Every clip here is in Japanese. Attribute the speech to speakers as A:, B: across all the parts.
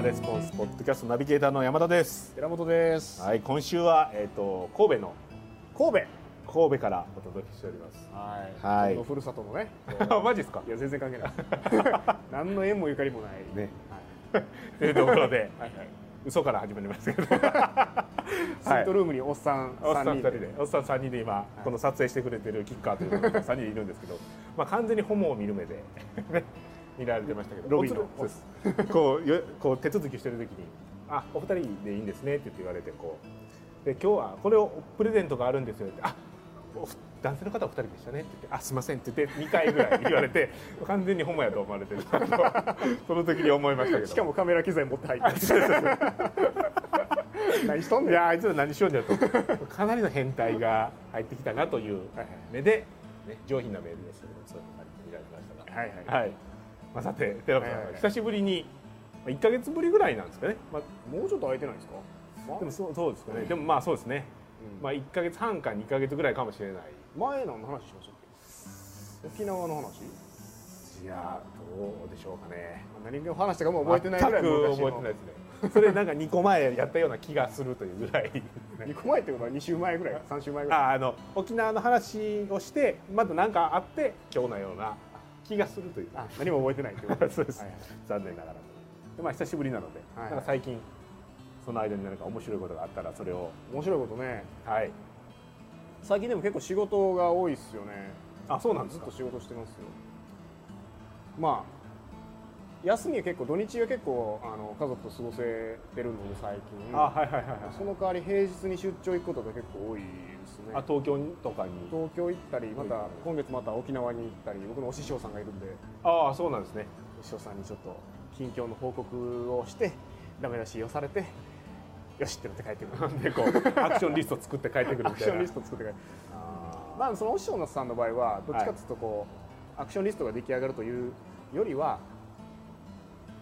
A: キャストナビゲーターの山田です。
B: 寺本です、
A: はい、今週は、えっ、と、神戸の、
B: 神
A: 神戸からお届けしております。
B: 戸はい
A: はい
B: 僕のふるさとのね
A: あ マジですか
B: いや全然関係ない 何の縁もゆかりもない、
A: ね。
B: はい、
A: というところで、
B: はいはい
A: 嘘から始まりますけど。
B: スイートルームにおっさん
A: おっさ
B: 3
A: ん二人
B: 人
A: で、おっさん三人で今、この撮影してくれてるキッカーという3人いるんですけど、まあ完全にホモを見る目で ね見られてましたけど、
B: ロビーの
A: おつそうですこうよこう手続きしてる時に、あ、お二人でいいんですねって言って言われてこう、で今日はこれをプレゼントがあるんですよって、あ、おふ男性の方は二人でしたねって言って、あ、すみませんって言って二回ぐらい言われて、 完全にホモやと思われてる なとその時に思いましたけど。
B: しかもカメラ機材持って入 って 何しとん
A: い
B: ねん
A: やあいつら何しようんだとかなりの変態が入ってきたなという目で、ね、上品なメールですけどそういうのが見られましたが
B: はいはい
A: はい、まあ、さて寺子さん
B: はいはい
A: は
B: はい
A: 久しぶりにまあ1か月ぶりぐらいなんですかね、まあ、
B: もうちょっと空いてないですか、ま
A: でもそうそうですかねでもまあそうですね、
B: うん
A: まあ、1か月半か2か月ぐらいかもしれない
B: 前何の話しましたっけ沖縄の話
A: いやどうでしょうかね
B: 何を話したかも覚えてないぐら
A: 全
B: い
A: く
B: 昔
A: 覚
B: の
A: えてないですねそれなんか2個前やったような気がするというぐら い
B: 二個前ってことは2週前ぐらい3週前ぐらい
A: ああの沖縄の話をしてまだ何かあって今日のような気がするという
B: あ何も覚えてないってこと
A: そうです
B: はいはい
A: 残念ながらで、まあ、久しぶりなので、
B: はいはい
A: なんか最近その間に何か面白いことがあったらそれを
B: 面白いことね
A: はい
B: 最近でも結構仕事が多いっすよね
A: あそうなんです
B: ずっ
A: か
B: と仕事してますよまあ休みは結構土日は結構あの家族と過ごせてるので最近
A: あはいはいはいはい
B: その代わり平日に出張行くことが結構多いですね
A: あ東京とかに
B: 東京行ったりまた今月また沖縄に行ったり僕のお師匠さんがいるんで
A: ああそうなんですね
B: お師匠さんにちょっと近況の報告をしてダメ出しをされてよしってなって帰って くる
A: でこう アクションリスト作って帰ってくる
B: ア
A: み
B: ク
A: た
B: シ
A: い
B: ョン
A: な
B: リスト作って帰って
A: あ
B: まあ、そのお師匠さんの場合はどっちかというとこう、アクションリストが出来上がるというよりは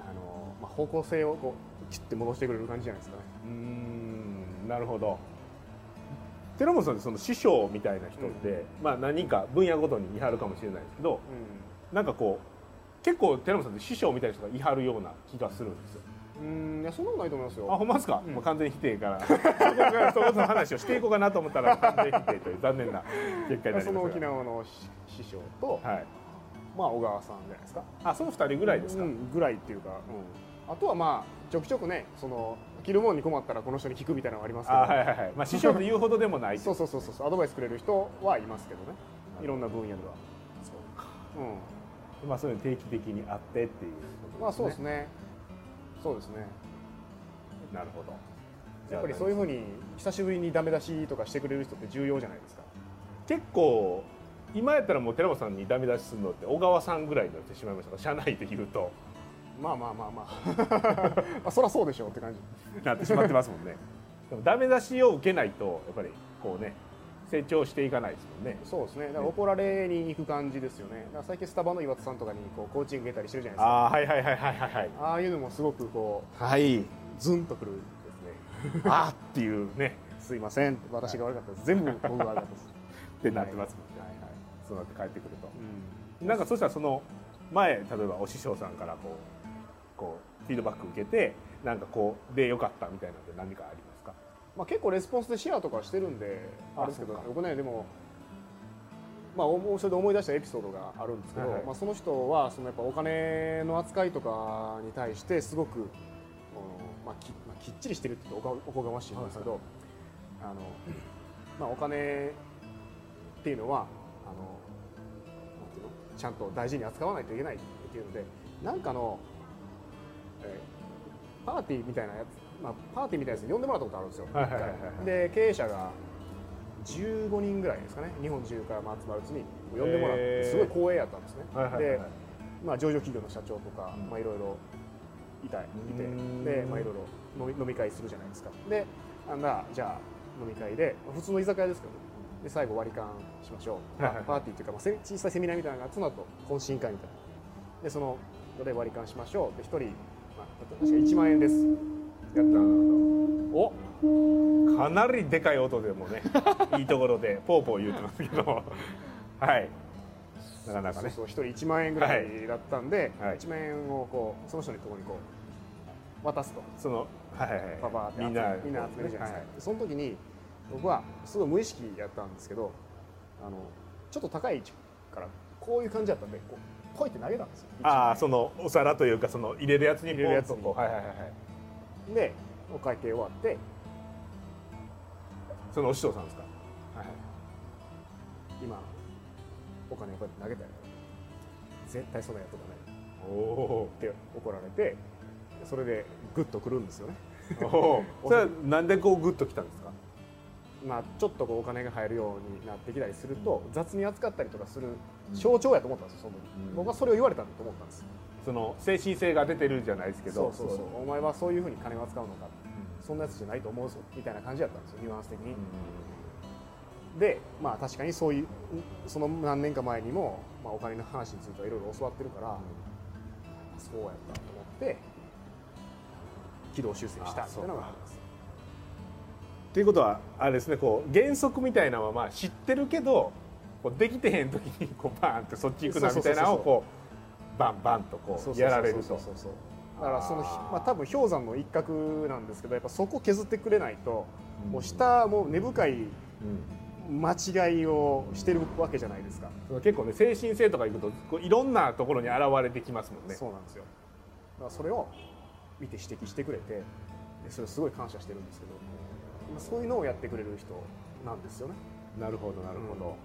B: あの、まあ、方向性をこうキュッて戻してくれる感じじゃないですかね
A: ーうーんなるほど寺本さんってその師匠みたいな人って、まあ何人か分野ごとにいはるかもしれないですけど、なんかこう結構寺本さんって師匠みたいな人がいはるような気がするんですよ。
B: うんいやそんなことないと思います
A: あ
B: よ
A: ほんまですか、
B: うん
A: もう完全否定からそこからそこの話をしていこうかなと思ったら完全否定という残念な結果になりました
B: そ
A: が
B: の沖縄の師師匠と、
A: はい
B: まあ、小川さんじゃないですか
A: あその2人ぐらいですか、
B: う
A: うん
B: んぐらいっていうか、あとはまあちょくちょくねその着るもんに困ったらこの人に聞くみたいなのはありますけ
A: あ
B: ど、
A: はいはいはい、まあ、師匠というほどでもない
B: そうそうそうそうアドバイスくれる人はいますけどねいろんな分野では、
A: そうか
B: うん、
A: まあそういうの定期的にあってっていう
B: ま
A: こと
B: あそうですねそうですね
A: なるほど
B: やっぱりそういう
A: う
B: ふうに久しぶりにダメ出しとかしてくれる人って重要じゃないですか
A: 結構今やったらもう寺本さんにダメ出しするのって小川さんぐらいになってしまいましたが社内で言うと
B: まあまあまあまあ まあそりゃそうでしょうって感じ
A: なってしまってますもんね でもダメ出しを受けないとやっぱりこうね成長していかないですもんね
B: そうですねだから怒られに行く感じですよねだから最近スタバの岩田さんとかにこうコーチング受けたりしてるじゃないですか
A: ああはいはいはいはいはいはい
B: ああいうのもすごくこ
A: はい。
B: うズンとくる
A: ですね。あーっていうね、
B: すいません私が悪かったです全部僕が悪かったです、
A: ってなってますもんね。
B: はいはい
A: そうなって帰ってくると。
B: う
A: なんかそしたらその前例えばお師匠さんからこうこうフィードバック受けてなんかこうで良かったみたいなので何かありますか。
B: んまあ、結構レスポンスでシェアとかしてるんで
A: あ
B: あれですけど
A: そうか
B: 僕ねでもまあ、おそれで思い出したエピソードがあるんですけど、
A: はいはい
B: まあ、その人はそのやっぱお金の扱いとかに対してすごく、うんまあきまあきっちりしてるって言うとおこおこがましいんですけど、あのまあ、お金っていうのはあのなんていうのちゃんと大事に扱わないといけないっていうのでなんかの、えーパーティーみたいなやつ、まあ、パーティーみたいなやつに呼んでもらったことあるんですよ。
A: はいはいはいはい
B: で経営者が15人ぐらいですかね日本中からまあ集まるうちに呼んでもらっ
A: へ
B: て
A: ー
B: すごい光栄やったんですね、
A: はいはいはい
B: で
A: はい、
B: まあ、上場企業の社長とか
A: うん
B: まあいろいろいたいいうて
A: ーん
B: で、まあ、いろいろ飲み飲み会するじゃないですかでなんだじゃあ飲み会で普通の居酒屋ですけどねで最後割り勘しましょう、
A: はいはいはい
B: パーティーというか、まあ、せ小さいセミナーみたいなのがその後懇親会みたいなでそので割り勘しましょうで1人、まあ、確か1万円ですやったお
A: かなりでかい音でも ねいいところでポーポー言うてますけど、はい。なかなかね。
B: そうそう1人1万円ぐら
A: はい
B: だったんで、
A: はい
B: 1万円をこうその人のところにこう渡すと
A: そのはいはいはい
B: パパって集め
A: みんな
B: みんな集めるじゃないです
A: は
B: か、
A: い
B: その時に僕はすごい無意識やったんですけどあのちょっと高い位置からこういう感じだったんでこうポイって投げたんですよ
A: ああそのお皿というかその入れるやつに
B: 入れるやつ
A: ポン
B: に
A: とこうはいはいはいはい
B: でお会計終わって
A: そのお師匠さんですかはい
B: 今お金をこうやって投げたよ絶対そのやっとかな
A: お
B: い
A: お
B: って怒られてそれでグッとくるんですよね
A: ーおーそれはなんでこうグッときたんですか
B: まあちょっとこうお金が入るようになってきたりすると雑に扱ったりとかする象徴やと思ったんですよその時、
A: うん
B: 僕はそれを言われたと思ったんです
A: その精神性が出てるじゃないですけ
B: け
A: ど
B: どそうそうそうお前はそういうふうに金を扱うのかそんなやつじゃないと思うぞみたいな感じだったんですよニュアンス的に、でまあ確かにそういうその何年か前にも、まあ、お金の話についてはいろいろ教わってるから、そうやったと思って軌道修正したっていうのがあります
A: ということはあれですねこう原則みたいなのはまあ知ってるけどこうできてへん時にこうバーンってそっち行くな
B: そう
A: みた
B: そうそうそう
A: いなのをこうバンバンとこ
B: そうそうそ
A: う
B: う
A: やられる
B: そう
A: と
B: そうそうだからその
A: あー
B: まあ多分氷山の一角なんですけどやっぱそこ削ってくれないと、
A: うん
B: もう下もう根深い
A: うん
B: 間違いをしてるわけじゃないですか、
A: その結構ね精神性とかいくとこういろんなところに現れてきますもんね
B: そうなんですよだからそれを見て指摘してくれてでそれをすごい感謝してるんですけどまあそういうのをやってくれる人なんですよね
A: なるほどなるほど、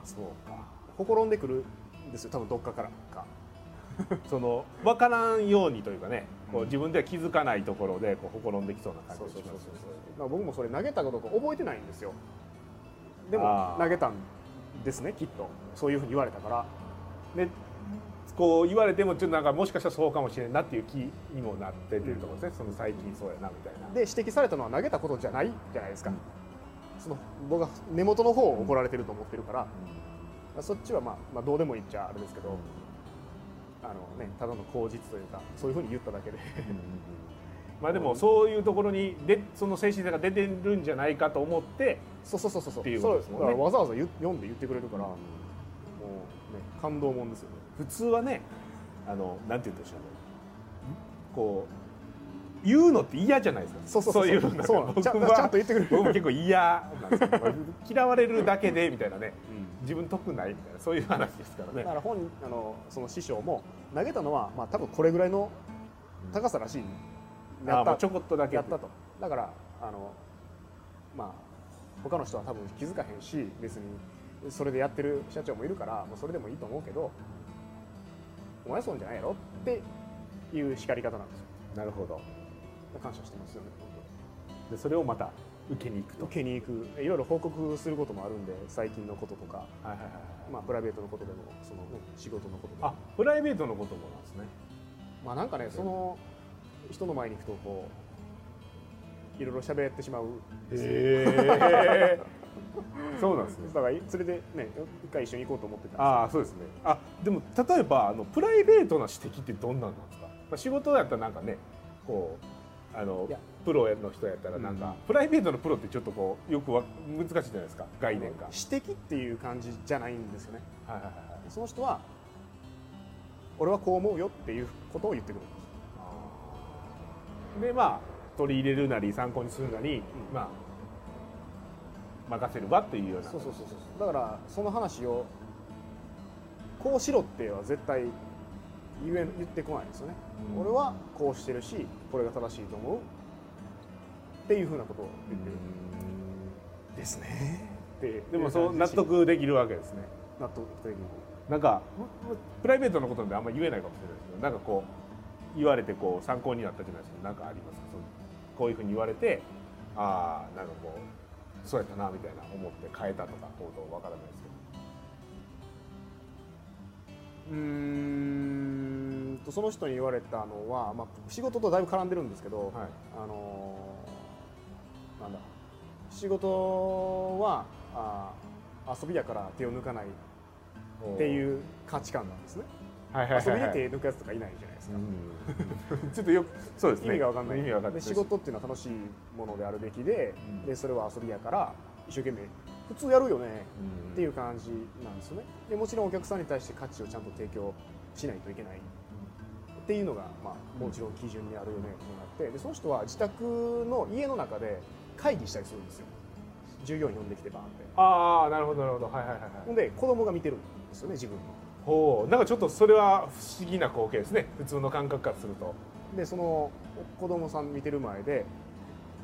B: あそうかほころんでくるんですよ多分どっかからか
A: その分からんようにというかねこう自分では気づかないところでこうほころんできそうな感じがしますよね
B: まあ、僕もそれ投げたこと覚えてないんですよでも
A: あー
B: 投げたんですねきっとそういうふうに言われたから
A: でこう言われてもちょっとなんかもしかしたらそうかもしれんなっていう気にもなってというところですね、その最近そうやなみたいな
B: で指摘されたのは投げたことじゃないじゃないですか、その僕は根元の方を怒られてると思ってるから、まあそっちは、まあ、まあどうでもいいっちゃあれですけど、あのね、ただの口実というかそういうふうに言っただ けで
A: まあでもそういうところにでその精神性が出てるんじゃないかと思って
B: そうそうそうそうそう
A: っていうことですもんね
B: そうだからわざわざ言う読んで言ってくれるから、もうね感動もんですよね
A: 普通はねあのなんて言うんでしょうねこう言うのって嫌じゃないですか
B: そうそうそう
A: いうのが
B: そうなのちゃん
A: 僕は
B: ちゃんと言ってくれる
A: 僕も結構嫌なんですけど嫌われるだけでみたいなね自分得ないみたいなそういう話ですから
B: だか
A: ね
B: ら本人あのその師匠も投げたのは、まあ、多分これぐらいの高さらしい、や
A: あーも
B: った
A: うちょこっとだけ
B: やったとだからあのまあ他の人は多分気づかへんし別にそれでやってる社長もいるからもうそれでもいいと思うけどお前そうじゃないやろっていう叱り方なんですよ
A: なるほど
B: 感謝してますよね本
A: でそれをまた受けに行くと
B: 当に受けに行くいろいろ報告することもあるんで最近のこととか、
A: はいはいはいはい
B: まあ、プライベートのことでもその、ね仕事のことでも
A: あプライベートのこともなんですね
B: まあなんかねその人の前に行くとこういろいろ喋ってしまうんですよ
A: へえ そうなんですね
B: だから連れてね一回一緒に行こうと思ってたん
A: ああそうですねあでも例えばあのプライベートな指摘ってどんなんなんですか、まあ、仕事だったらなんかねこうあの
B: いや
A: プロの人やったらなんか、プライベートのプロってちょっとこうよくわ難しいじゃないですか概念が、は
B: で
A: い
B: すよ指摘っていう感じじゃないんですよね
A: はいはいはい
B: その人は俺はこう思うよっていうことを言ってくるんです
A: でまあ取り入れるなり参考にするなり、
B: うん
A: まあ任せるわっていうような
B: そうそうそうそうだからその話をこうしろっては絶対言え言ってこないんですよね、
A: うん
B: 俺はこうしてるしこれが正しいと思うっていうふうなことを言ってる、ですねで
A: でもそう納得できるわけですね
B: 納得できる
A: なんかプライベートのことなんであんまり言えないかもしれないですけどなんかこう言われてこう参考になったじゃないですかなんかありますかそうこういうふうに言われてああなんかこうそうやったなみたいな思って変えたとか行動わからないですけど
B: うーんとその人に言われたのは、まあ、仕事とだいぶ絡んでるんですけど、
A: はい
B: あのーなんだ仕事はあー遊びやから手を抜かないって
A: う
B: いう価値観なんですね
A: はいはいはい
B: 遊
A: は
B: び
A: い
B: で手抜くやつとかいないじゃないですか、
A: うんちょっとよくそうですね
B: 意味が分かんない
A: 意味が分かんない
B: で仕事っていうのは楽しいものであるべきで,、
A: うん
B: でそれは遊びやから一生懸命普通やるよね
A: うん
B: っていう感じなんですよねでもちろんお客さんに対して価値をちゃんと提供しないといけないっていうのが、まあ、もちろん基準にあるよねってなってでその人は自宅の家の中で会議したりするんですよ従業員呼んできてバーンって
A: ああなるほどなるほどはいはいはいはい
B: ほんで子供が見てるんですよね自分の
A: ほうなんかちょっとそれは不思議な光景ですね普通の感覚からすると
B: でその子供さん見てる前で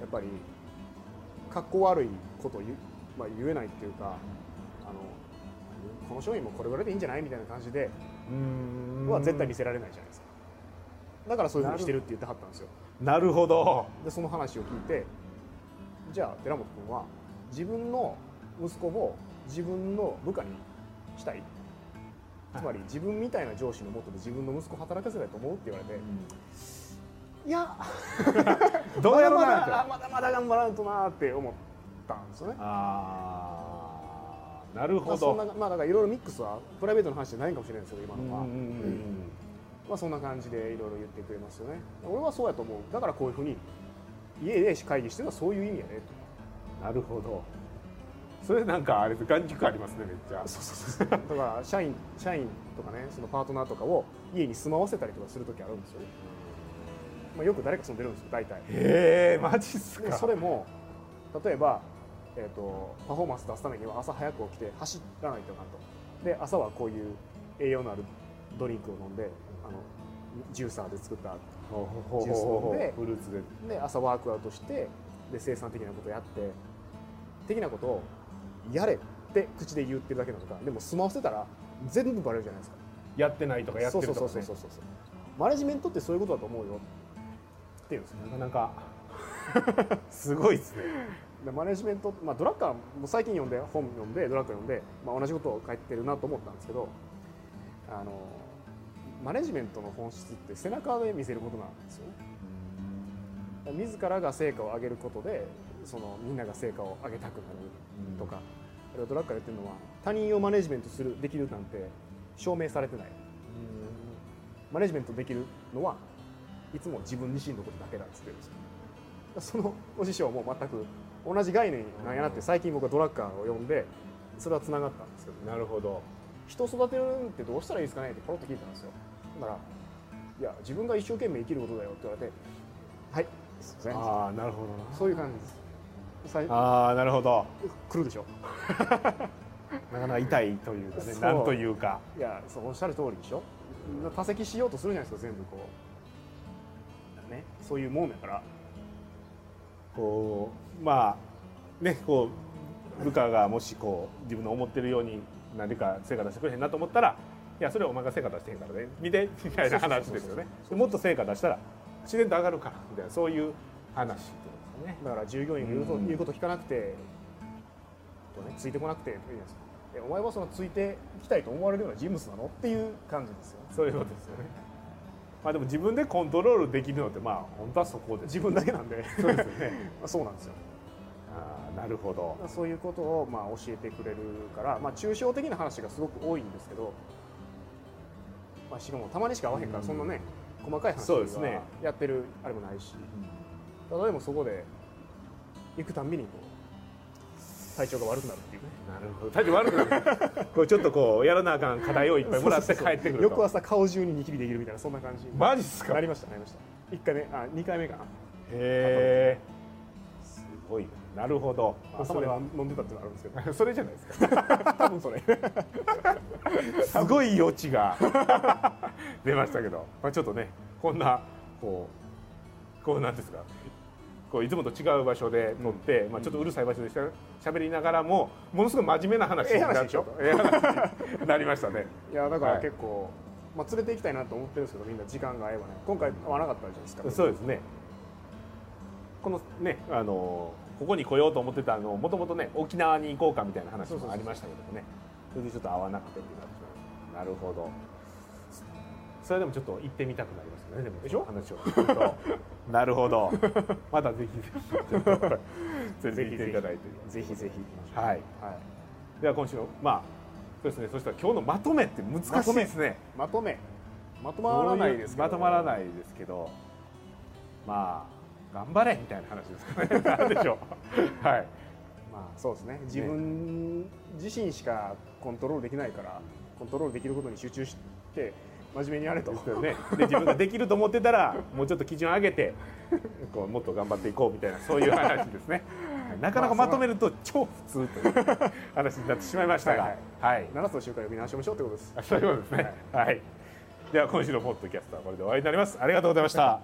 B: やっぱり格好悪いこと言,、まあ、言えないっていうかあのこの商品もこれぐらいでいいんじゃないみたいな感じで
A: うーん
B: は絶対見せられないじゃないですかだからそういうふうにしてるって言ってはったんですよ
A: なるほど
B: でその話を聞いてじゃあ寺本君は自分の息子を自分の部下にしたいつまり自分みたいな上司のもとで自分の息子を働かせたいと思うって言われていや
A: どうやろう
B: ま
A: な
B: だ
A: って
B: まだあまだまだ頑張らんとなって思ったんですよね
A: ああなる
B: ま
A: ほ
B: あそ
A: ど
B: んなまあだからいろいろミックスはプライベートの話じゃないかもしれないですけど今
A: うん
B: のは
A: うんうんうん
B: まあ、そんな感じでいろいろ言ってくれますよね俺はそうやと思うだからこういうふうに家で会議してるのはそういう意味やね
A: なるほどそれなんかあれです眼軸ありますねめっちゃ
B: そうそうそうだから社員社員とかねそのパートナーとかを家に住まわせたりとかする時あるんですよね、まあ、よく誰か住んでるんですよ大体
A: へえマジっす
B: で
A: か
B: それも例えば、えー、とパフォーマンス出すためには朝早く起きて走らないといかんとで朝はこういう栄養のあるドリンクを飲んであのジューサーで作った
A: ほうほう
B: ジュース飲
A: ほ
B: ん
A: う
B: で
A: フルーツで
B: で朝ワークアウトしてで生産的なことをやって的なことをやれって口で言ってるだけなのかでも住まわせたら全部バレるじゃないですか
A: やってないとかやってるとか、
B: そ
A: ね、
B: うそうそうそうそうマネジメントってそういうことだと思うよって言うんですよ
A: なかな かすごいですね
B: でマネジメント、まあ、ドラッカーも最近読んで本読んでドラッカー読んで、まあ、同じことを書いてるなと思ったんですけどあのマネジメントの本質って背中で見せることなんですよね自らが成果を上げることでそのみんなが成果を上げたくなるとか、あるいはドラッカーが言ってるのは他人をマネジメントするできるなんて証明されてないマネジメントできるのはいつも自分自身のことだけだっつってるんですよだからそのお師匠も全く同じ概念なんやなって最近僕はドラッカーを呼んでそれはつながったんですけど
A: なるほど
B: 人を育てるってどうしたらいいですかねってポロッと聞いたんですよだから「いや自分が一生懸命生きることだよ」って言われて「はいすいません
A: ああなるほどな
B: そういう感じですさい
A: ああなるほど
B: 来るでしょ
A: なかなか痛いというかね
B: そう
A: なんというか
B: いやそうおっしゃる通りでしょ多席しようとするじゃないですか全部こうねそういうもんやから
A: こうまあねこう部下がもしこう自分の思ってるように何か成果出してくれへんなと思ったらいやそれはお前が成果出してへんからね見てみたいな話ですよねでもっと成果出したら自然と上がるからみたいなそういう話ってことですね
B: だから従業員が言うこと,、
A: うん
B: 言うこと聞かなくて、こうね、ついてこなくていいじゃないですかえお前はそのついてきたいと思われるような人物なのっていう感じですよ
A: そういうことですよねまあでも自分でコントロールできるのってまあ本当はそこです
B: 自分だけなんで
A: そうですよね
B: まあそうなんですよ
A: ああなるほど
B: まあそういうことをまあ教えてくれるから、まあ、抽象的な話がすごく多いんですけど、まあ、しかもたまにしか会わへんから、
A: うん
B: そんなね細かい話
A: そうですね
B: はやってるあれもないし、例えばそこで行くたんびにこう体調が悪くなるっていうね
A: なるほど体調悪くなるこうちょっとこうやらなあかん課題をいっぱいもらって帰ってくると
B: 翌朝顔中にニキビできるみたいなそんな感じ
A: マジっすか
B: なりましたなりました1回目あ2回目かな
A: へえすごいななるほど
B: 頭では飲んでたっていうのはあるんですけ
A: それじゃないですか
B: ど 多分それ
A: すごい余地が 出ましたけど、まあ、ちょっとねこんなこうこうなんですかこういつもと違う場所で撮って、まあ、ちょっとうるさい場所でしゃ喋りながらもものすごい真面目な話にな
B: ええ話でしょ
A: ええ話に なりましたね
B: いやだから
A: はい
B: 結構、まあ、連れて行きたいなと思ってるんですけどみんな時間が合えばね今回合わなかったじゃないですか
A: そうですね。このね、あのここに来ようと思ってたあのもともとね沖縄に行こうかみたいな話
B: そうそうそう
A: もありましたけどもね、それでちょっと合わなくてってなってしまいましたなるほど。それでもちょっと行ってみたくなりますね。でも
B: でしょ
A: 話を 聞くと。なるほど。またぜひ ぜひちょっと連れて行っていただいて。
B: ぜひぜひ行きましょ
A: はい。
B: う、はい、
A: では今週のまあそうですね。そしたら今日のまとめって難しいですね。
B: まとめまとまらないですけど
A: まとまらないいですけどまあ頑張れみたいな話ですかね なんでしょうはい
B: まあそうですね自分自身しかコントロールできないからコントロールできることに集中して、まあ真面目に やれと
A: ですよね、で自分ができると思ってたらもうちょっと基準上げてこうもっと頑張っていこうみたいなそういう話ですねなかなかまとめると超普通という話になってしまいましたが、
B: は
A: はいい
B: 7つの習慣を読み直しましょうってことです
A: あそういうことですね、はいでは今週のポッドキャストはこれで終わりになりますありがとうございました